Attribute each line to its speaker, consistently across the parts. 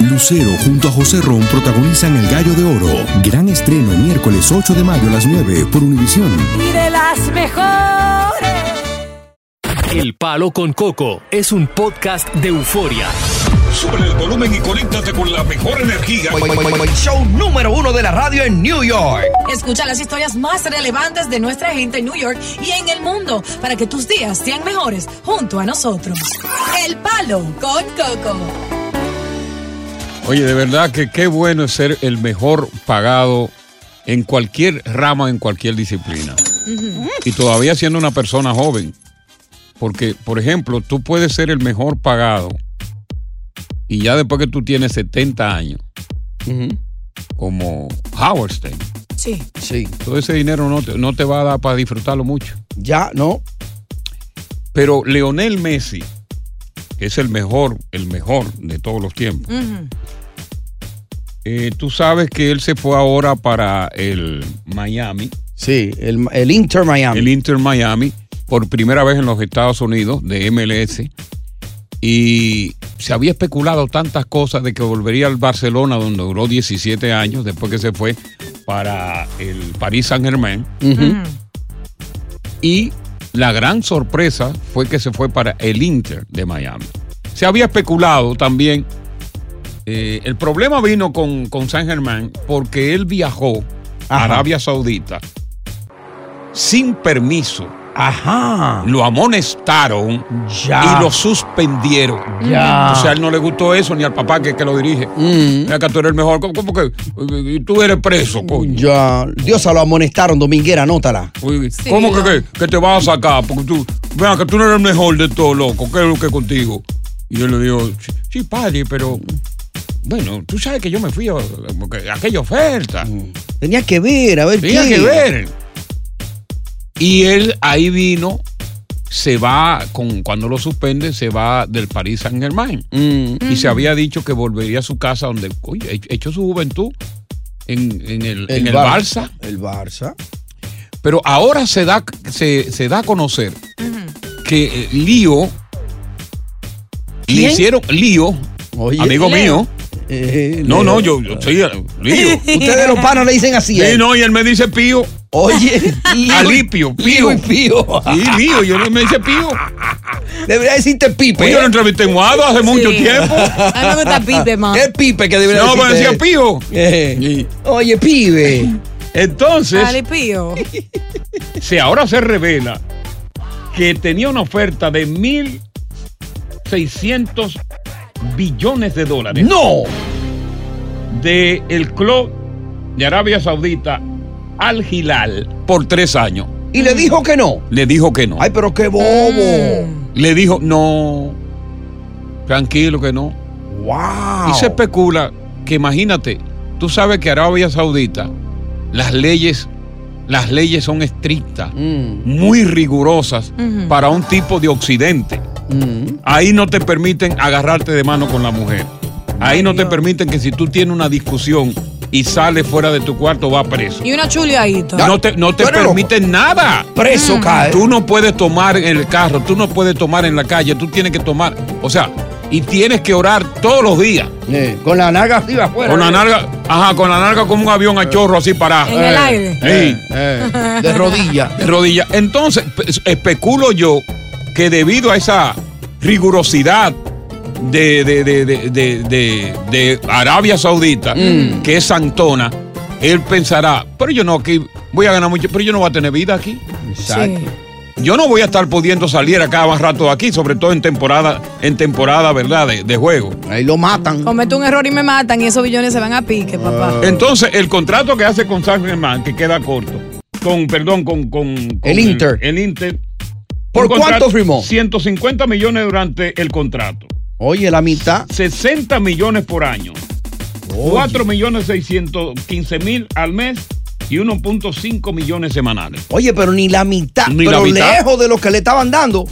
Speaker 1: Lucero junto a José Ron protagonizan El Gallo de Oro. Gran estreno miércoles 8 de mayo a las 9 por Univisión.
Speaker 2: Y de las mejores.
Speaker 3: El Palo con Coco es un podcast de euforia.
Speaker 4: Sube el volumen y conéctate con la mejor energía.
Speaker 5: Show número uno de la radio en New York.
Speaker 6: Escucha las historias más relevantes de nuestra gente en New York y en el mundo para que tus días sean mejores junto a nosotros. El Palo con Coco.
Speaker 7: Oye, de verdad que qué bueno es ser el mejor pagado en cualquier rama, en cualquier disciplina. Y todavía siendo una persona joven. Porque, por ejemplo, tú puedes ser el mejor pagado y ya después que tú tienes 70 años, como Howard Stern,
Speaker 6: Sí.
Speaker 5: Sí.
Speaker 7: todo ese dinero no te, no te va a dar para disfrutarlo mucho.
Speaker 5: Ya, no.
Speaker 7: Pero Leonel Messi, que es el mejor, el mejor de todos los tiempos, eh, tú sabes que él se fue ahora para el Miami,
Speaker 5: Sí, el, el Inter Miami.
Speaker 7: el Inter Miami, por primera vez en los Estados Unidos de MLS. Y se había especulado tantas cosas de que volvería al Barcelona, donde duró 17 años, después que se fue para el Paris Saint Germain.
Speaker 5: Ujú.
Speaker 7: Y la gran sorpresa fue que se fue para el Inter de Miami. Se había especulado también. eh, el problema vino con, con San Germán porque él viajó a
Speaker 5: Ajá.
Speaker 7: Arabia Saudita sin permiso.
Speaker 5: Ajá.
Speaker 7: Lo amonestaron
Speaker 5: Ya.
Speaker 7: y lo suspendieron.
Speaker 5: Ya.
Speaker 7: O sea, a él no le gustó eso ni al papá que, que lo dirige.
Speaker 5: Mm.
Speaker 7: Mira que tú eres el mejor. ¿Cómo, cómo que? eh, Tú eres preso, coño.
Speaker 5: Ya. Diosa lo amonestaron, Dominguera, anótala.
Speaker 7: Uy, ¿Cómo que, que, que te vas a sacar? Porque tú, mira, que tú no eres el mejor de todos, loco. ¿Qué es lo que contigo? Y yo le digo, sí, sí, padre, pero. Bueno, tú sabes que yo me fui a, porque aquella oferta.
Speaker 5: Tenía que ver, a ver
Speaker 7: Tenía
Speaker 5: qué.
Speaker 7: que ver. Y él ahí vino, se va, con, cuando lo suspende, se va del París Saint Germain.
Speaker 5: Mm.
Speaker 7: Y se había dicho que volvería a su casa donde oye, he- echó su juventud en, en el, en el
Speaker 5: Bar-
Speaker 7: Barça.
Speaker 5: El Barça.
Speaker 7: Pero ahora se da, se, se da a conocer que eh, Lío le
Speaker 5: ¿Quién?
Speaker 7: hicieron Lío,
Speaker 5: Oye.
Speaker 7: amigo mío.
Speaker 5: Eh,
Speaker 7: No,
Speaker 5: Leo.
Speaker 7: no, yo, yo soy eh, Lío.
Speaker 5: Ustedes los panos le dicen así. ¿eh?
Speaker 7: Sí, no, y él me dice Pío,
Speaker 5: Oye,
Speaker 7: Alipio, Pío.
Speaker 5: Pío y Pío.
Speaker 7: Sí, Lío, yo no me dice Pío.
Speaker 5: Debería decirte Pipe.
Speaker 7: Pues yo lo entrevisté en Guado hace mucho
Speaker 6: Sí.
Speaker 7: tiempo.
Speaker 6: A mí me gusta Pipe, ma.
Speaker 5: Es eh. Pipe que debería
Speaker 7: No, me
Speaker 5: decirte.
Speaker 7: decía Pío.
Speaker 5: Eh.
Speaker 7: Y
Speaker 5: Oye, pibe.
Speaker 7: entonces,
Speaker 6: Dale, pío.
Speaker 7: si ahora se revela que tenía una oferta de 1.600 billones de dólares.
Speaker 5: ¡No!
Speaker 7: del club de Arabia Saudita al Hilal por tres años.
Speaker 5: Y le dijo que no.
Speaker 7: Le dijo que no.
Speaker 5: Ay, pero qué bobo.
Speaker 7: Le dijo, no, tranquilo que no.
Speaker 5: Wow.
Speaker 7: Y se especula que imagínate, tú sabes que Arabia Saudita, las leyes, las leyes son estrictas,
Speaker 5: Mm,
Speaker 7: muy rigurosas para un tipo de occidente.
Speaker 5: mm.
Speaker 7: Ahí no te permiten agarrarte de mano con la mujer. Ahí no te permiten que si tú tienes una discusión y sales fuera de tu cuarto, va preso.
Speaker 6: Y una chuleadita.
Speaker 7: No te, no te
Speaker 5: Tú eres
Speaker 7: permiten nada.
Speaker 5: Preso cae.
Speaker 7: Tú no puedes tomar en el carro, tú no puedes tomar en la calle, tú tienes que tomar, o sea, y tienes que orar todos los días.
Speaker 5: Eh, con la naga arriba afuera.
Speaker 7: Con la
Speaker 5: eh.
Speaker 7: narga, ajá, con la narga como un avión a chorro así parado.
Speaker 6: En el aire.
Speaker 5: Eh,
Speaker 7: Sí,
Speaker 5: eh, de rodilla.
Speaker 7: de rodillas. Entonces, pe- especulo yo que debido a esa rigurosidad de, de- de- de- de- de- de Arabia Saudita, que es Santona, él pensará, pero yo no aquí voy a ganar mucho, pero yo no voy a tener vida aquí.
Speaker 6: Sí.
Speaker 7: Yo no voy a estar pudiendo salir a cada más rato de aquí, sobre todo en temporada, en temporada, ¿verdad?, de, de juego.
Speaker 5: Ahí lo matan.
Speaker 6: Cometo un error y me matan y esos billones se van a pique, papá.
Speaker 4: Eh,
Speaker 7: Entonces, el contrato que hace con San Germán, que queda corto, con, perdón, con, con- con
Speaker 5: El Inter.
Speaker 7: El, Inter.
Speaker 5: ¿Por
Speaker 7: Un contrato-
Speaker 5: cuánto firmó?
Speaker 7: 150 millones durante el contrato,
Speaker 5: Oye, la mitad.
Speaker 7: 60 millones por año, 4 millones 615 mil al mes y 1.5 millones semanales.
Speaker 5: Oye, pero ni la mitad.
Speaker 7: Ni
Speaker 5: pero
Speaker 7: la mitad.
Speaker 5: lejos de lo que le estaban dando.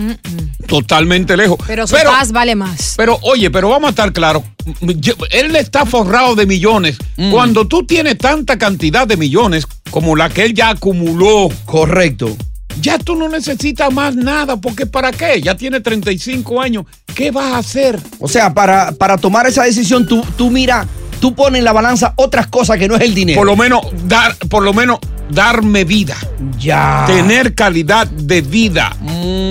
Speaker 7: Totalmente lejos.
Speaker 6: Pero su paz vale más.
Speaker 7: Pero oye, pero vamos a estar claros. M- yo- Él está forrado de millones. Cuando tú tienes tanta cantidad de millones como la que él ya acumuló,
Speaker 5: Correcto.
Speaker 7: ya tú no necesitas más nada, porque ¿para qué? Ya tiene 35 años
Speaker 8: ¿Qué vas a hacer?
Speaker 5: O sea, para, para tomar esa decisión, tú, tú mira, tú pones en la balanza otras cosas que no es el dinero.
Speaker 7: Por lo menos dar, por lo menos darme vida,
Speaker 5: ya.
Speaker 7: tener calidad de vida,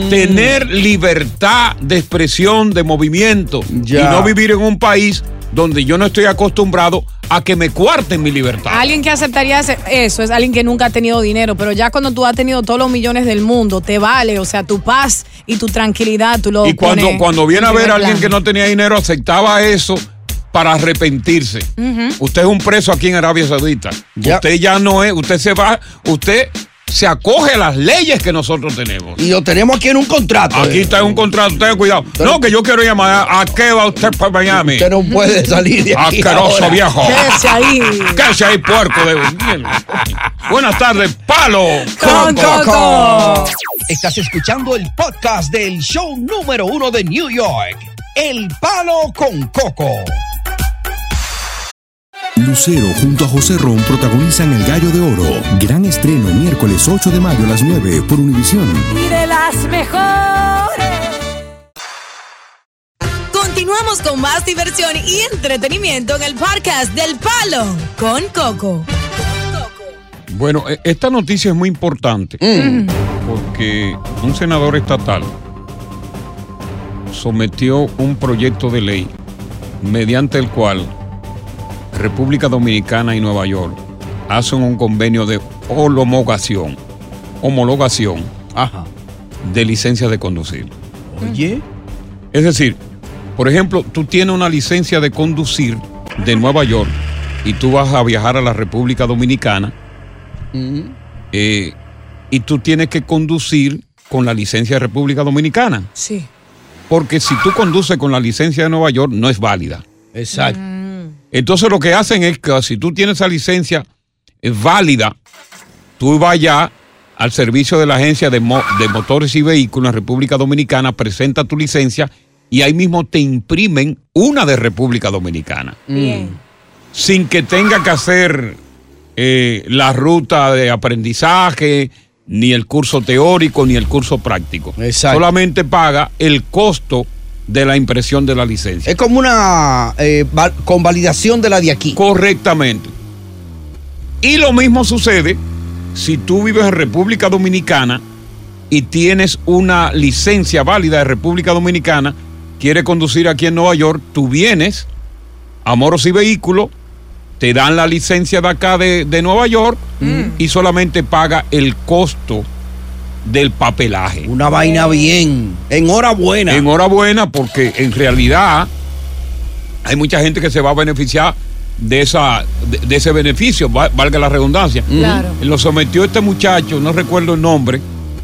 Speaker 7: tener libertad de expresión, de movimiento
Speaker 5: Ya.
Speaker 7: y no vivir en un país donde yo no estoy acostumbrado a que me cuarten mi libertad.
Speaker 9: Alguien que aceptaría hacer- eso es alguien que nunca ha tenido dinero, pero ya cuando tú has tenido todos los millones del mundo, te vale, o sea, tu paz y tu tranquilidad, tú lo
Speaker 7: y cuando,
Speaker 9: pones
Speaker 7: cuando viene
Speaker 9: en
Speaker 7: a ver
Speaker 9: primer
Speaker 7: a alguien
Speaker 9: plano.
Speaker 7: que no tenía dinero, aceptaba eso para arrepentirse. Usted es un preso aquí en Arabia Saudita.
Speaker 5: Ya.
Speaker 7: Usted ya no es, usted se va, usted se acoge a las leyes que nosotros tenemos.
Speaker 5: Y lo tenemos aquí en un contrato.
Speaker 7: Aquí
Speaker 5: eh.
Speaker 7: está un contrato, tenga cuidado. No, que yo quiero llamar a, ¿a qué va usted para Miami.
Speaker 5: Usted no puede salir de aquí.
Speaker 7: Asqueroso
Speaker 5: ahora.
Speaker 7: viejo.
Speaker 9: Quédese ahí.
Speaker 7: Cállese ahí, puerco de. Buenas tardes, palo.
Speaker 9: Con Coco.
Speaker 5: Estás escuchando el podcast del show número uno de New York, El Palo con Coco.
Speaker 1: Lucero junto a José Ron protagonizan El Gallo de Oro. Gran estreno miércoles 8 de mayo a las 9 por Univisión.
Speaker 2: y de las mejores.
Speaker 6: Continuamos con más diversión y entretenimiento en el podcast del Palo con Coco.
Speaker 7: Bueno, e- esta noticia es muy importante porque un senador estatal sometió un proyecto de ley mediante el cual República Dominicana y Nueva York hacen un convenio de homologación, homologación
Speaker 5: Ajá.
Speaker 7: de licencia de conducir.
Speaker 5: Oye.
Speaker 7: Es decir, por ejemplo, tú tienes una licencia de conducir de Nueva York y tú vas a viajar a la República Dominicana eh, y tú tienes que conducir con la licencia de República Dominicana.
Speaker 9: Sí.
Speaker 7: Porque si tú conduces con la licencia de Nueva York, no es válida.
Speaker 5: Exacto.
Speaker 7: Entonces lo que hacen es que si tú tienes esa licencia eh, válida, tú vas ya al servicio de la agencia de, mo- de motores y vehículos en República Dominicana, presenta tu licencia y ahí mismo te imprimen una de República Dominicana.
Speaker 9: Bien.
Speaker 7: Sin que tenga que hacer eh, la ruta de aprendizaje, ni el curso teórico, ni el curso práctico.
Speaker 5: Exacto.
Speaker 7: Solamente paga el costo de la impresión de la licencia.
Speaker 5: Es como una eh, val- convalidación de la de aquí.
Speaker 7: Correctamente. Y lo mismo sucede si tú vives en República Dominicana y tienes una licencia válida de República Dominicana, quieres conducir aquí en Nueva York, tú vienes a Moros y Vehículos, te dan la licencia de acá de, de Nueva York y solamente paga el costo del papelaje.
Speaker 5: Una vaina bien. Enhorabuena.
Speaker 7: Enhorabuena porque en realidad hay mucha gente que se va a beneficiar de, esa, de, de ese beneficio, va- valga la redundancia.
Speaker 9: Claro.
Speaker 7: Lo sometió este muchacho, no recuerdo el nombre,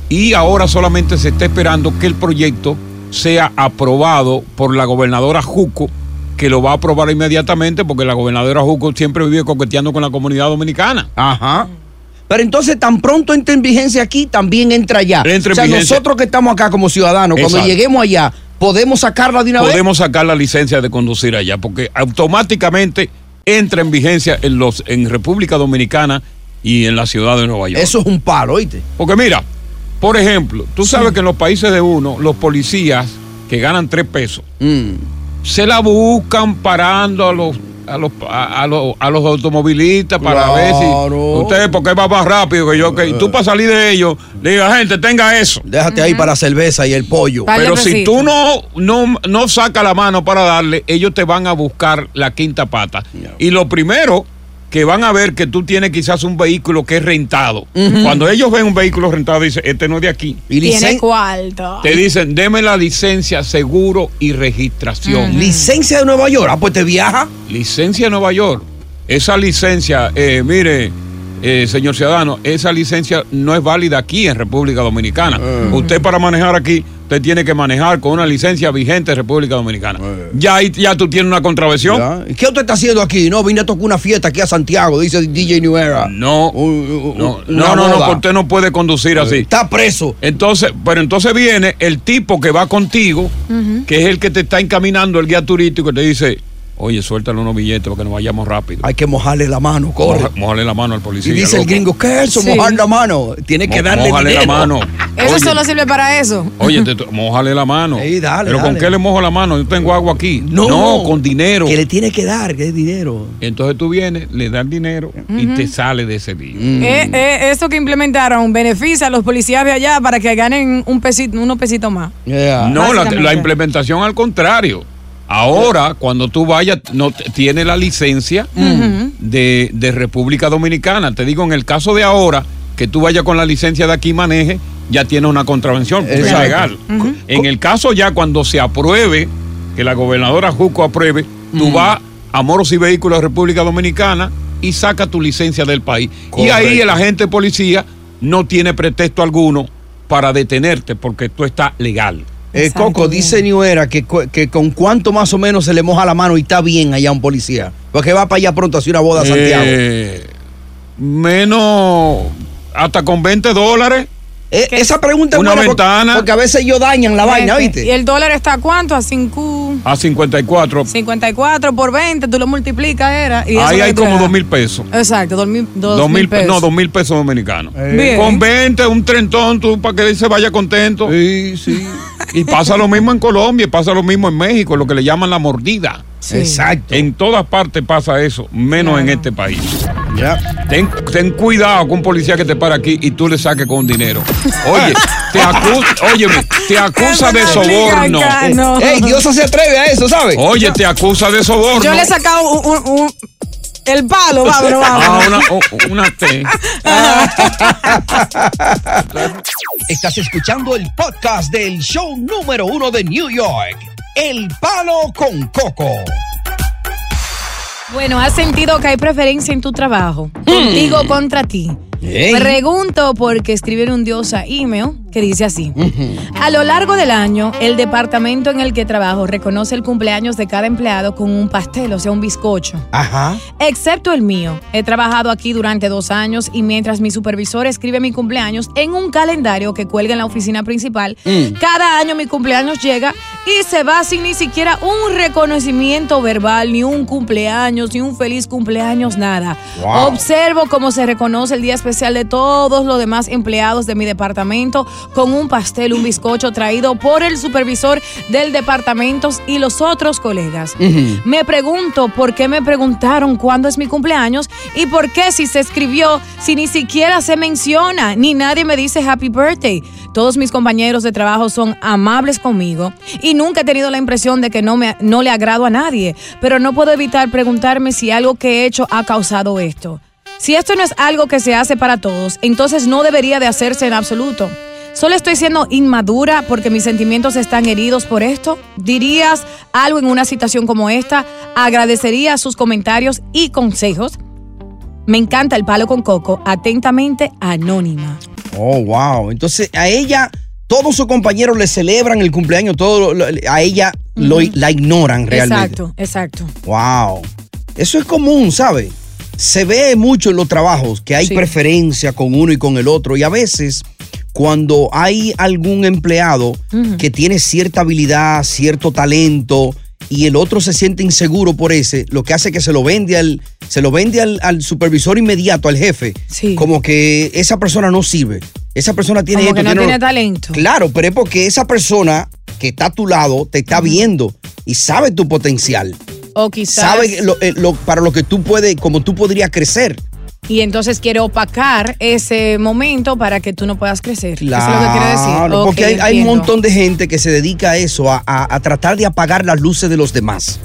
Speaker 7: y ahora solamente se está esperando que el proyecto sea aprobado por la gobernadora Juco, que lo va a aprobar inmediatamente porque la gobernadora Juco siempre vive coqueteando con la comunidad dominicana.
Speaker 5: Ajá. Pero entonces tan pronto entra en vigencia aquí, también entra allá.
Speaker 7: Entra en
Speaker 5: o sea,
Speaker 7: vigencia.
Speaker 5: nosotros que estamos acá como ciudadanos, cuando
Speaker 7: Exacto.
Speaker 5: lleguemos allá, podemos sacarla de una vez.
Speaker 7: podemos sacar la licencia de conducir allá, porque automáticamente entra en vigencia en los en República Dominicana y en la ciudad de Nueva York.
Speaker 5: Eso es un palo, ¿oíste?
Speaker 7: Porque mira, por ejemplo, tú sabes que en los países de uno, los policías que ganan tres pesos
Speaker 5: Mm.
Speaker 7: se la buscan parando a los a los, a, a los, a los automovilistas para
Speaker 5: Claro. Eh.
Speaker 7: ver si ustedes porque va más rápido que yo que y tú para salir de ellos le diga gente tenga eso
Speaker 5: Déjate ahí para la cerveza y el pollo.
Speaker 9: Vale,
Speaker 7: pero
Speaker 9: pues
Speaker 7: si
Speaker 9: sí.
Speaker 7: tú no, no, no sacas la mano para darle, ellos te van a buscar la quinta pata. Y lo primero que van a ver que tú tienes quizás un vehículo que es rentado. Cuando ellos ven un vehículo rentado, dicen, este no es de aquí.
Speaker 5: Y
Speaker 9: Tiene
Speaker 5: licen-
Speaker 9: cuarto.
Speaker 7: Te dicen, deme la licencia, seguro y registración.
Speaker 5: licencia de Nueva York. Ah, pues te viaja.
Speaker 7: Licencia de Nueva York. Esa licencia, eh, mire, eh, señor ciudadano, esa licencia no es válida aquí en República Dominicana.
Speaker 5: Ah.
Speaker 7: Usted para manejar aquí, usted tiene que manejar con una licencia vigente en República Dominicana. Ya, ahí- ya tú tienes una contravención.
Speaker 5: Ah. Ya. ¿Y ¿Qué usted está haciendo aquí? No, vine a tocar una fiesta aquí a Santiago, dice DJ New Era.
Speaker 7: No,
Speaker 5: Un- un-
Speaker 7: no,
Speaker 5: Uh, una
Speaker 7: no, no, no,
Speaker 5: boda. Eh.
Speaker 7: usted no puede conducir así.
Speaker 5: Está preso.
Speaker 7: Entonces, pero entonces viene el tipo que va contigo, que es el que te está encaminando, el guía turístico, y te dice, Oye, suéltale unos billetes para que nos vayamos rápido.
Speaker 5: Hay que mojarle la mano, corre.
Speaker 7: Moja- Mojale la mano al policía.
Speaker 5: y dice el
Speaker 7: loco.
Speaker 5: gringo, ¿qué es eso?
Speaker 9: Sí.
Speaker 5: Mojar la mano. Tiene que
Speaker 7: Mo-
Speaker 5: darle
Speaker 7: mójale
Speaker 5: dinero.
Speaker 7: la mano.
Speaker 9: Eso
Speaker 7: Oye,
Speaker 9: solo sirve para eso.
Speaker 7: Oye, te to- mójale la mano.
Speaker 5: Ey, dale,
Speaker 7: Pero ¿con
Speaker 5: dale.
Speaker 7: qué le mojo la mano? Yo tengo agua aquí.
Speaker 5: No,
Speaker 7: con dinero.
Speaker 5: Que le tiene que dar, que es dinero.
Speaker 7: Entonces tú vienes, le das dinero y te sale de ese lío.
Speaker 9: Eh, eh, eso que implementaron beneficia a los policías de allá para que ganen un pesito, unos pesitos más.
Speaker 5: Yeah.
Speaker 7: No, la,
Speaker 9: Básicamente.
Speaker 7: la implementación al contrario. Ahora,
Speaker 5: Pues-
Speaker 7: cuando tú vayas, no t- tiene la licencia de, de República Dominicana. Te digo, en el caso de ahora, que tú vayas con la licencia de aquí y maneje, ya tiene una contravención, porque es
Speaker 5: Exacto.
Speaker 7: legal. En el caso ya cuando se apruebe, que la gobernadora Juco apruebe, tú vas a Moros y Vehículos de República Dominicana y saca tu licencia del país. Y ahí
Speaker 5: Correcto.
Speaker 7: el agente policía no tiene pretexto alguno para detenerte porque tú estás legal.
Speaker 5: Eh,
Speaker 9: Exacto,
Speaker 5: Coco,
Speaker 9: bien.
Speaker 5: dice Niuera que, cu- que con cuánto más o menos se le moja la mano y está bien allá un policía. Porque va para allá pronto a hacer una boda a Santiago.
Speaker 7: Eh, menos hasta con 20 dólares.
Speaker 5: Eh, esa pregunta es
Speaker 7: Una
Speaker 5: buena porque-
Speaker 7: ventana.
Speaker 5: Porque, a veces ellos dañan la vaina,
Speaker 9: Este, ¿Y
Speaker 5: ¿viste?
Speaker 9: el dólar está a cuánto? A 5,
Speaker 7: A 54.
Speaker 9: 54 por 20, tú lo multiplicas, era. Y eso
Speaker 7: Ahí
Speaker 9: lo
Speaker 7: hay
Speaker 9: que
Speaker 7: como
Speaker 9: te da.
Speaker 7: 2 mil pesos.
Speaker 9: Exacto, 2 mil, dos
Speaker 7: Dos
Speaker 9: mil
Speaker 7: mil, pe-
Speaker 9: pesos. Eh,
Speaker 7: no, dos mil pesos dominicanos.
Speaker 9: Bien.
Speaker 7: Con 20, un trentón, tú para que él se vaya contento.
Speaker 5: Sí, sí.
Speaker 7: Y pasa lo mismo en Colombia, y pasa lo mismo en México, lo que le llaman la mordida.
Speaker 9: Sí.
Speaker 5: Exacto.
Speaker 7: En todas partes pasa eso, menos en este país.
Speaker 5: Ya.
Speaker 7: Ten, ten cuidado con un policía que te para aquí y tú le saques con dinero. Oye, te acusa, óyeme, te acusa de
Speaker 9: Eso no aplica
Speaker 7: soborno.
Speaker 9: acá, no.
Speaker 5: Ey, Dios se atreve a eso, ¿sabes?
Speaker 7: Oye, te acusa de soborno.
Speaker 9: Yo le he sacado un, un- un- el palo, vámonos,
Speaker 7: Ah,
Speaker 9: vámonos.
Speaker 7: una, o- una T.
Speaker 5: Estás escuchando el podcast del show número uno de New York, El Palo con Coco.
Speaker 9: Bueno, ¿has sentido que hay preferencia en tu trabajo? Contigo contra ti.
Speaker 5: Ey.
Speaker 9: Pregunto porque escribieron un diosa email que dice así. A lo largo del año, el departamento en el que trabajo reconoce el cumpleaños de cada empleado con un pastel, o sea, un bizcocho.
Speaker 5: Ajá.
Speaker 9: Excepto el mío. He trabajado aquí durante dos años y mientras mi supervisor escribe mi cumpleaños en un calendario que cuelga en la oficina principal, cada año mi cumpleaños llega y se va sin ni siquiera un reconocimiento verbal, ni un cumpleaños, ni un feliz cumpleaños, nada.
Speaker 5: Wow.
Speaker 9: Observo cómo se reconoce el día especial de todos los demás empleados de mi departamento con un pastel, un bizcocho traído por el supervisor del departamento y los otros colegas. Me pregunto por qué me preguntaron cuándo es mi cumpleaños y por qué si se escribió, si ni siquiera se menciona, ni nadie me dice happy birthday. Todos mis compañeros de trabajo son amables conmigo y nunca he tenido la impresión de que no, me, no le agrado a nadie, pero no puedo evitar preguntarme si algo que he hecho ha causado esto. Si esto no es algo que se hace para todos, entonces no debería de hacerse en absoluto. ¿Solo estoy siendo inmadura porque mis sentimientos están heridos por esto? ¿Dirías algo en una situación como esta? ¿Agradecería sus comentarios y consejos? Me encanta el palo con coco. Atentamente, Anónima.
Speaker 5: Oh, wow. Entonces, a ella, todos sus compañeros le celebran el cumpleaños, todo lo- lo- a ella lo- la ignoran realmente.
Speaker 9: Exacto, exacto.
Speaker 5: Wow. Eso es común, ¿sabe? Se ve mucho en los trabajos que hay
Speaker 9: Sí.
Speaker 5: preferencia con uno y con el otro. Y a veces, cuando hay algún empleado que tiene cierta habilidad, cierto talento, y el otro se siente inseguro por ese, lo que hace que se lo vende al, se lo vende al, al supervisor inmediato, al jefe.
Speaker 9: Sí.
Speaker 5: Como que esa persona no sirve. Esa persona tiene
Speaker 9: Como
Speaker 5: esto,
Speaker 9: que no
Speaker 5: lo-
Speaker 9: tiene talento.
Speaker 5: Claro, pero es porque esa persona que está a tu lado te está viendo y sabe tu potencial
Speaker 9: O quizás.
Speaker 5: sabe lo- eh, lo- para lo que tú puedes, como tú podrías crecer.
Speaker 9: Y entonces quiere opacar ese momento para que tú no puedas crecer. Eso es lo que quiere decir.
Speaker 5: Claro, porque
Speaker 9: Ok,
Speaker 5: hay, hay un
Speaker 9: entiendo.
Speaker 5: montón de gente que se dedica a eso, a, a- a tratar de apagar las luces de los demás.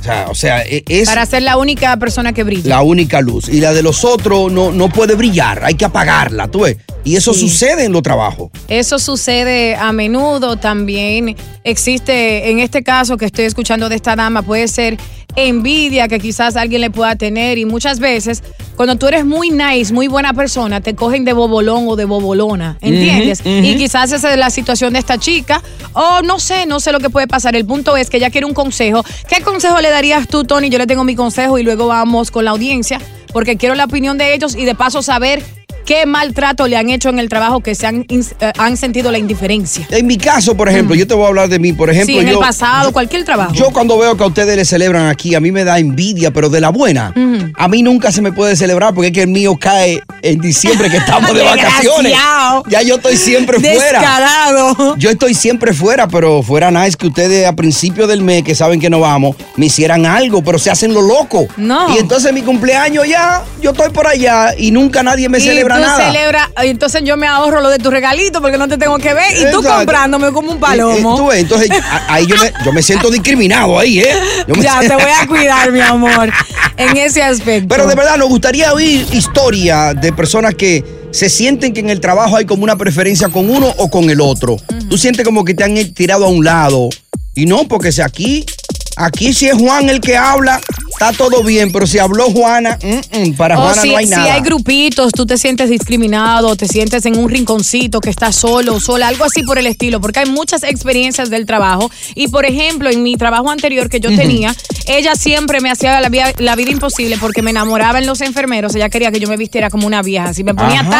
Speaker 5: O sea, o sea e- es
Speaker 9: Para ser la única persona que brilla.
Speaker 5: la única luz. Y la de los otros no, no puede brillar, hay que apagarla, tú ves. Y eso
Speaker 9: Sí.
Speaker 5: sucede en los trabajos.
Speaker 9: Eso sucede a menudo también. Existe, en este caso que estoy escuchando de esta dama, puede ser envidia que quizás alguien le pueda tener. Y muchas veces, cuando tú eres muy nice, muy buena persona, te cogen de bobolón o de bobolona. ¿Entiendes? Y quizás esa es la situación de esta chica. O no sé, no sé lo que puede pasar. El punto es que ella quiere un consejo. ¿Qué consejo le darías tú, Tony? Yo le tengo mi consejo y luego vamos con la audiencia, porque quiero la opinión de ellos y de paso saber qué maltrato le han hecho en el trabajo que se han, ins- eh, han sentido la indiferencia.
Speaker 5: En mi caso, por ejemplo, yo te voy a hablar de mí, por ejemplo,
Speaker 9: Mm. sí, en
Speaker 5: yo,
Speaker 9: el pasado, cualquier trabajo.
Speaker 5: yo cuando veo que a ustedes les celebran aquí, a mí me da envidia, pero de la buena. A mí nunca se me puede celebrar porque es que el mío cae en diciembre que estamos de vacaciones.
Speaker 9: Desgraciado.
Speaker 5: Ya yo estoy siempre fuera.
Speaker 9: Descarado.
Speaker 5: Yo estoy siempre fuera, pero fuera nice que ustedes a principio del mes, que saben que no vamos, me hicieran algo, pero se hacen lo loco.
Speaker 9: No.
Speaker 5: Y entonces mi cumpleaños ya, yo estoy por allá y nunca nadie me
Speaker 9: y
Speaker 5: celebra
Speaker 9: tú
Speaker 5: nada.
Speaker 9: celebra, entonces yo me ahorro lo de tu regalito porque no te tengo que ver. Y tú
Speaker 5: Exacto.
Speaker 9: comprándome como un
Speaker 5: Eh, eh, tú
Speaker 9: palomo.
Speaker 5: ves, entonces a- ahí yo me, yo me siento discriminado ahí, ¿eh? Yo me
Speaker 9: ya,
Speaker 5: siento-
Speaker 9: te voy a cuidar, mi amor, en ese aspecto.
Speaker 5: Pero de verdad nos gustaría oír historias de personas que se sienten que en el trabajo hay como una preferencia con uno o con el otro. Tú sientes como que te han eh, tirado a un lado. Y no, porque si aquí, aquí si es Juan el que habla, está todo bien. Pero si habló Juana, mm, mm, para
Speaker 9: O
Speaker 5: Juana
Speaker 9: si,
Speaker 5: no hay
Speaker 9: si
Speaker 5: nada.
Speaker 9: Oh, hay grupitos, tú te sientes discriminado, te sientes en un rinconcito que estás solo, o sola, algo así por el estilo, porque hay muchas experiencias del trabajo. Y por ejemplo, en mi trabajo anterior que yo tenía, ella siempre me hacía la, vida- la vida imposible porque me enamoraba en los enfermeros. Ella quería que yo me vistiera como una vieja. Si me ponía
Speaker 5: Ajá.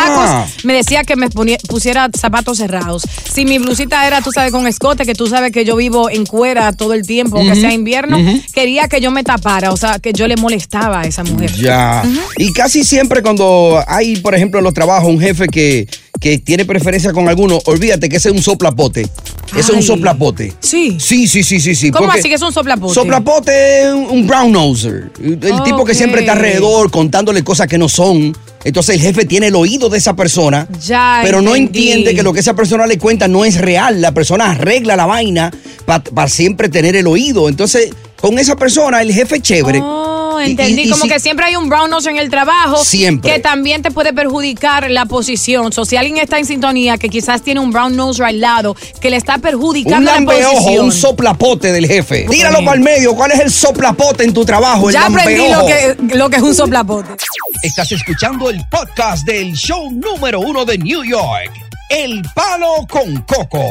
Speaker 9: tacos, me decía que me ponía- pusiera zapatos cerrados. Si mi blusita era, tú sabes, con escote, que tú sabes que yo vivo en cuera todo el tiempo, que sea invierno, quería que yo me tapara, o sea, que yo le molestaba a esa mujer.
Speaker 5: Ya. Y casi siempre cuando hay, por ejemplo, en los trabajos un jefe que, que tiene preferencia con alguno, olvídate que ese es un soplapote. Ese es un
Speaker 9: Ay.
Speaker 5: soplapote.
Speaker 9: Sí.
Speaker 5: Sí, sí, sí, sí, sí.
Speaker 9: ¿Cómo
Speaker 5: porque
Speaker 9: así que es un soplapote?
Speaker 5: Soplapote es un un brown noser. El tipo que
Speaker 9: Ok.
Speaker 5: siempre está alrededor contándole cosas que no son. Entonces el jefe tiene el oído de esa persona,
Speaker 9: Ya
Speaker 5: pero no
Speaker 9: entendí.
Speaker 5: entiende que lo que esa persona le cuenta no es real. La persona arregla la vaina para siempre tener el oído. Entonces, con esa persona, el jefe es chévere.
Speaker 9: Oh,
Speaker 5: Y- y-
Speaker 9: entendí.
Speaker 5: y
Speaker 9: como
Speaker 5: si-
Speaker 9: que siempre hay un brown nose en el trabajo.
Speaker 5: Siempre.
Speaker 9: Que también te puede perjudicar la posición. O sea, si alguien está en sintonía, que quizás tiene un brown nose al lado, que le está perjudicando
Speaker 5: Un
Speaker 9: la
Speaker 5: lambeojo,
Speaker 9: posición.
Speaker 5: un soplapote del jefe.
Speaker 9: Muy
Speaker 5: Tíralo
Speaker 9: bien.
Speaker 5: para el medio. ¿Cuál es el soplapote en tu trabajo? El
Speaker 9: ya aprendí lo
Speaker 5: lambeojo.
Speaker 9: que, lo que es un soplapote.
Speaker 5: Estás escuchando el podcast del show número uno de New York. El palo con coco.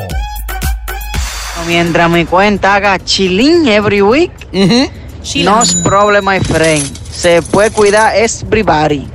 Speaker 8: Mientras mi cuenta haga chilling every week, no es problem, my friend. Se puede cuidar everybody.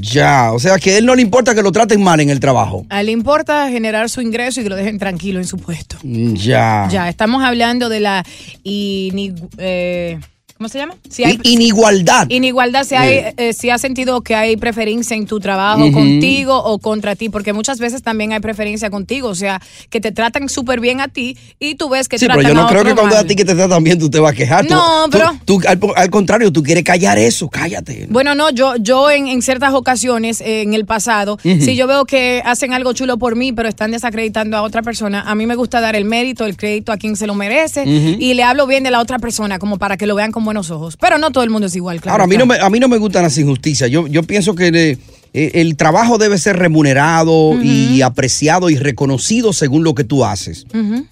Speaker 5: Ya, o sea que a él no le importa que lo traten mal en el trabajo.
Speaker 9: A él le importa generar su ingreso y que lo dejen tranquilo en su puesto.
Speaker 5: Ya.
Speaker 9: Ya, estamos hablando de la. ini- eh, ¿Cómo se llama? Si hay-
Speaker 5: Y- inigualdad.
Speaker 9: Inigualdad si, hay, eh, si has sentido que hay preferencia en tu trabajo contigo o contra ti, porque muchas veces también hay preferencia contigo, o sea, que te tratan súper bien a ti y tú ves que
Speaker 5: Sí, pero
Speaker 9: tratan
Speaker 5: yo
Speaker 9: a
Speaker 5: no creo
Speaker 9: otro
Speaker 5: que cuando
Speaker 9: mal.
Speaker 5: a ti que te tratan bien tú te vas a quejar. Tú-
Speaker 9: No,
Speaker 5: tú-
Speaker 9: pero-
Speaker 5: tú- al, al contrario, tú quieres callar eso. Cállate.
Speaker 9: Bueno, no, yo, yo en, en ciertas ocasiones eh, en el pasado, si yo veo que hacen algo chulo por mí, pero están desacreditando a otra persona, a mí me gusta dar el mérito, el crédito a quien se lo merece y le hablo bien de la otra persona, como para que lo vean con buenos ojos. Pero no todo el mundo es igual, claro.
Speaker 5: Ahora, a mí,
Speaker 9: está.
Speaker 5: no me, a mí no me gustan las injusticias. Yo, yo pienso que le- eh, el trabajo debe ser remunerado y apreciado y reconocido según lo que tú haces.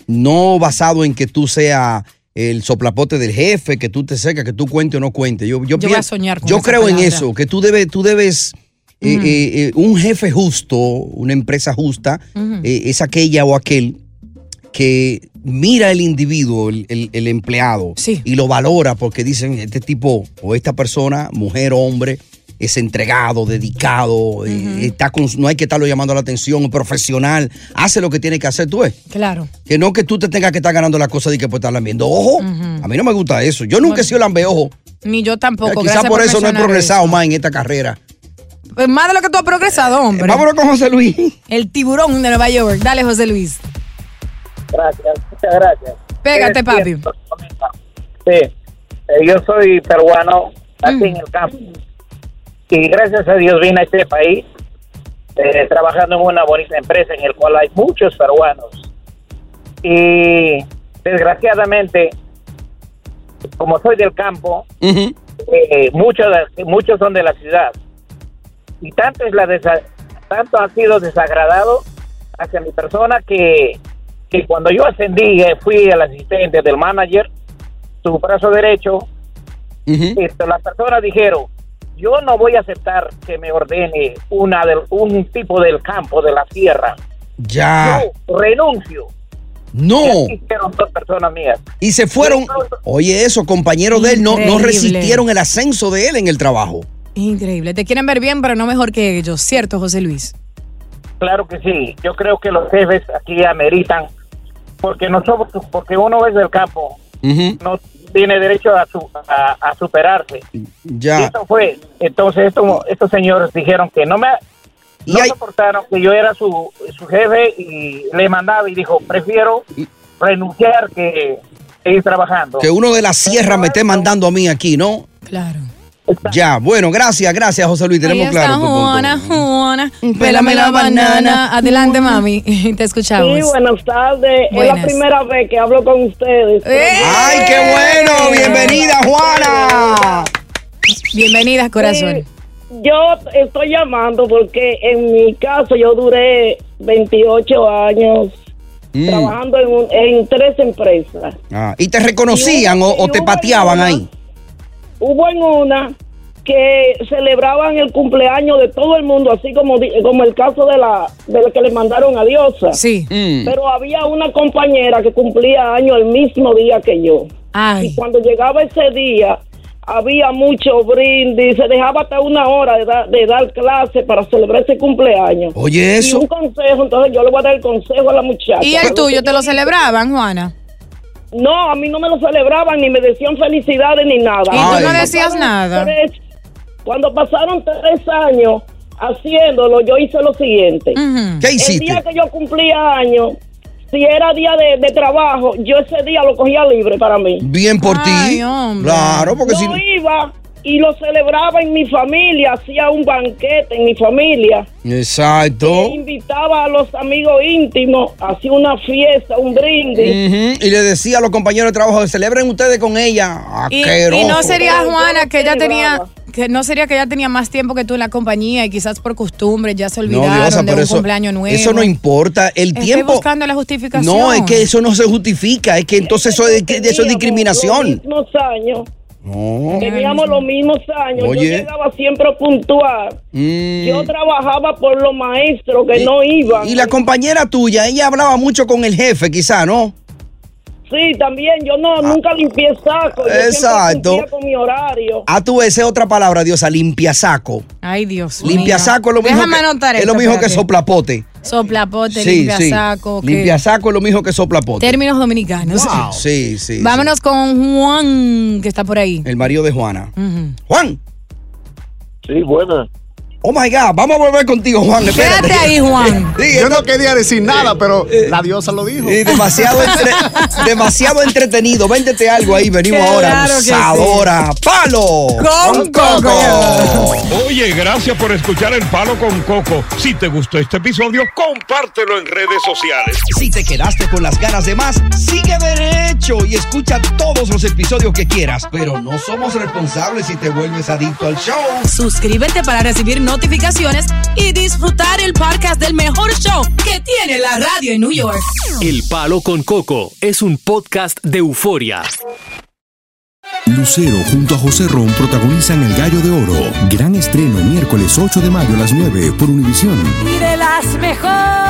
Speaker 5: No basado en que tú seas el soplapote del jefe, que tú te secas, que tú cuente o no cuente. Yo, yo,
Speaker 9: Yo voy
Speaker 5: pien-
Speaker 9: a soñar con
Speaker 5: Yo
Speaker 9: esa
Speaker 5: creo en
Speaker 9: palabra.
Speaker 5: eso, que tú debes, tú debes eh, eh, eh, un jefe justo, una empresa justa, eh, es aquella o aquel que mira el individuo, el, el- el empleado,
Speaker 9: Sí.
Speaker 5: y lo valora porque dicen, este tipo o esta persona, mujer o hombre, es entregado, dedicado, eh, está con- no hay que estarlo llamando la atención, profesional, hace lo que tiene que hacer, tú ves.
Speaker 9: Claro.
Speaker 5: Que no que tú te tengas que estar ganando la cosa de que pues estarla viendo. Ojo, a mí no me gusta eso. Yo nunca he sido lambeojo.
Speaker 9: Ni yo tampoco.
Speaker 5: Quizás
Speaker 9: gracias
Speaker 5: por eso no he
Speaker 9: mencionar
Speaker 5: progresado más en esta carrera.
Speaker 9: Pues más de lo que tú has progresado, hombre.
Speaker 5: Eh, Vámonos con José Luis.
Speaker 9: El tiburón de Nueva York. Dale, José Luis.
Speaker 10: Gracias, muchas gracias.
Speaker 9: Pégate,
Speaker 10: Es
Speaker 9: papi.
Speaker 10: cierto, amiga. Sí, eh, yo soy peruano, nací
Speaker 9: Mm.
Speaker 10: en el campo. Y gracias a Dios vine a este país eh, trabajando en una bonita empresa en el cual hay muchos peruanos. Y desgraciadamente, como soy del campo, eh, muchos, de- muchos son de la ciudad. Y tanto, es la desa- tanto ha sido desagradado hacia mi persona que, que cuando yo ascendí, eh, fui el asistente del manager, su brazo derecho,
Speaker 5: Ujú.
Speaker 10: esto, las personas dijeron, yo no voy a aceptar que me ordene una del, un tipo del campo, de la sierra.
Speaker 5: Ya.
Speaker 10: Yo renuncio.
Speaker 5: No.
Speaker 10: Y así hicieron dos personas mías.
Speaker 5: Y se fueron. Oye, eso, compañeros de él no, no
Speaker 9: Increíble.
Speaker 5: resistieron el ascenso de él en el trabajo.
Speaker 9: Increíble. Te quieren ver bien, pero no mejor que ellos, ¿cierto, José Luis?
Speaker 10: Claro que sí. Yo creo que los jefes aquí ameritan, porque nosotros, porque uno es del campo, no tiene derecho a, su- a, a superarse.
Speaker 5: Ya.
Speaker 10: Eso fue. Entonces esto- estos señores dijeron que no me no soportaron que yo era su, su jefe y le mandaba y dijo prefiero renunciar que seguir trabajando.
Speaker 5: Que uno de la sierra me esté mandando a mí aquí, ¿no?
Speaker 9: Claro.
Speaker 5: Ya, bueno, gracias, gracias, José Luis. Tenemos
Speaker 9: Ahí está
Speaker 5: claro. tu punto.
Speaker 9: Juana, Juana.
Speaker 5: pélame
Speaker 9: Pélame
Speaker 5: la
Speaker 9: la
Speaker 5: banana.
Speaker 9: banana. Adelante, mami. Te escuchamos.
Speaker 11: Sí, buenas tardes. Es
Speaker 9: Buenas. Eh,
Speaker 11: la primera vez que hablo con ustedes.
Speaker 9: ¡Ay,
Speaker 5: qué
Speaker 9: ¡Eh!
Speaker 5: bueno! ¡Bienvenida, Juana!
Speaker 9: Bienvenida, corazón.
Speaker 11: Yo estoy llamando porque en mi caso yo duré 28 años
Speaker 5: Mm.
Speaker 11: trabajando en, un- en tres empresas.
Speaker 5: Ah, ¿Y te reconocían o, o te pateaban ahí?
Speaker 11: Hubo en una que celebraban el cumpleaños de todo el mundo, así como, di- como el caso de la, de la que le mandaron a Diosa.
Speaker 9: Sí.
Speaker 5: Mm.
Speaker 11: Pero había una compañera que cumplía año el mismo día que yo.
Speaker 9: Ay.
Speaker 11: Y cuando llegaba ese día, había mucho brindis, se dejaba hasta una hora de, da- de dar clase para celebrar ese cumpleaños.
Speaker 5: Oye, eso.
Speaker 11: Y un consejo, entonces yo le voy a dar el consejo a la muchacha.
Speaker 9: ¿Y el tuyo te lo celebraban, Juana?
Speaker 11: No, a mí no me lo celebraban, ni me decían felicidades ni nada.
Speaker 9: Y tú no decías nada.
Speaker 11: Tres- cuando pasaron tres años haciéndolo, yo hice lo siguiente.
Speaker 9: Ujú.
Speaker 5: ¿Qué
Speaker 11: El día
Speaker 5: hiciste?
Speaker 11: que yo cumplía años, si era día de, de trabajo, yo ese día lo cogía libre para mí.
Speaker 5: Bien por
Speaker 9: Ay,
Speaker 5: ti.
Speaker 9: hombre.
Speaker 5: Claro, porque
Speaker 11: yo
Speaker 5: si.
Speaker 11: iba y lo celebraba en mi familia, hacía un banquete en mi familia,
Speaker 5: Exacto.
Speaker 11: invitaba a los amigos íntimos, hacía una fiesta, un brindis.
Speaker 5: Ujú, Y le decía a los compañeros de trabajo, celebren ustedes con ella.
Speaker 9: Y,
Speaker 5: Asqueroso.
Speaker 9: y no sería
Speaker 11: Pero yo
Speaker 9: Juana
Speaker 11: no
Speaker 9: que ella tenía
Speaker 11: celebraba.
Speaker 9: que no sería que ella tenía más tiempo que tú en la compañía y quizás por costumbre ya se
Speaker 5: No,
Speaker 9: olvidaron
Speaker 5: Diosa,
Speaker 9: de
Speaker 5: pero
Speaker 9: un
Speaker 5: eso,
Speaker 9: cumpleaños nuevo.
Speaker 5: eso no importa. El
Speaker 9: Estoy
Speaker 5: tiempo.
Speaker 9: buscando la justificación.
Speaker 5: No, es que eso no se justifica. Es que entonces eso es, eso es discriminación.
Speaker 11: Teníamos los mismos años,
Speaker 5: No.
Speaker 11: teníamos los mismos años.
Speaker 5: Oye.
Speaker 11: Yo llegaba siempre a puntuar.
Speaker 5: Mm.
Speaker 11: Yo trabajaba por los maestros que
Speaker 5: Y-
Speaker 11: no iban.
Speaker 5: Y la compañera tuya, ella hablaba mucho con el jefe, quizá, ¿no?
Speaker 11: Sí, también. Yo no nunca limpié saco. Yo siempre
Speaker 5: Ah. Exacto.
Speaker 11: cumplía con mi horario.
Speaker 5: Ah, tú, esa es otra palabra, Diosa, limpia saco.
Speaker 9: Ay, Dios.
Speaker 5: Limpia saco es lo mismo.
Speaker 9: Déjame
Speaker 5: que,
Speaker 9: anotar
Speaker 5: Es lo
Speaker 9: esto,
Speaker 5: mismo que
Speaker 9: espérate.
Speaker 5: soplapote.
Speaker 9: Soplapote,
Speaker 5: Sí,
Speaker 9: limpia
Speaker 5: sí.
Speaker 9: saco. que-
Speaker 5: Limpia saco es lo mismo que soplapote.
Speaker 9: Términos dominicanos.
Speaker 5: Sí, sí. sí.
Speaker 9: Vámonos con Juan, que está por ahí.
Speaker 5: El marido de Juana.
Speaker 9: Ujú.
Speaker 5: Juan,
Speaker 10: Sí, buena.
Speaker 5: oh my God, vamos a volver contigo, Juan. Espérate.
Speaker 9: Quédate ahí, Juan.
Speaker 5: Sí, Eh,
Speaker 12: Yo no quería decir nada, pero la diosa lo dijo.
Speaker 5: Y demasiado, entre- demasiado entretenido. Véndete algo ahí. Venimos
Speaker 9: Claro
Speaker 5: ahora.
Speaker 9: que sí.
Speaker 5: Abusadora. Palo.
Speaker 9: Con Coco.
Speaker 4: Oye, gracias por escuchar El Palo con Coco. Si te gustó este episodio, compártelo en redes sociales.
Speaker 5: Si te quedaste con las ganas de más, sigue derecho y escucha todos los episodios que quieras. Pero no somos responsables si te vuelves adicto al show.
Speaker 6: Suscríbete para recibir notificaciones y disfrutar el podcast del mejor show que tiene la radio en New York.
Speaker 3: El Palo con Coco es un podcast de euforia.
Speaker 1: Lucero junto a José Ron protagonizan El Gallo de Oro. Gran estreno miércoles 8 de mayo a las 9 por Univisión.
Speaker 2: y de las mejores.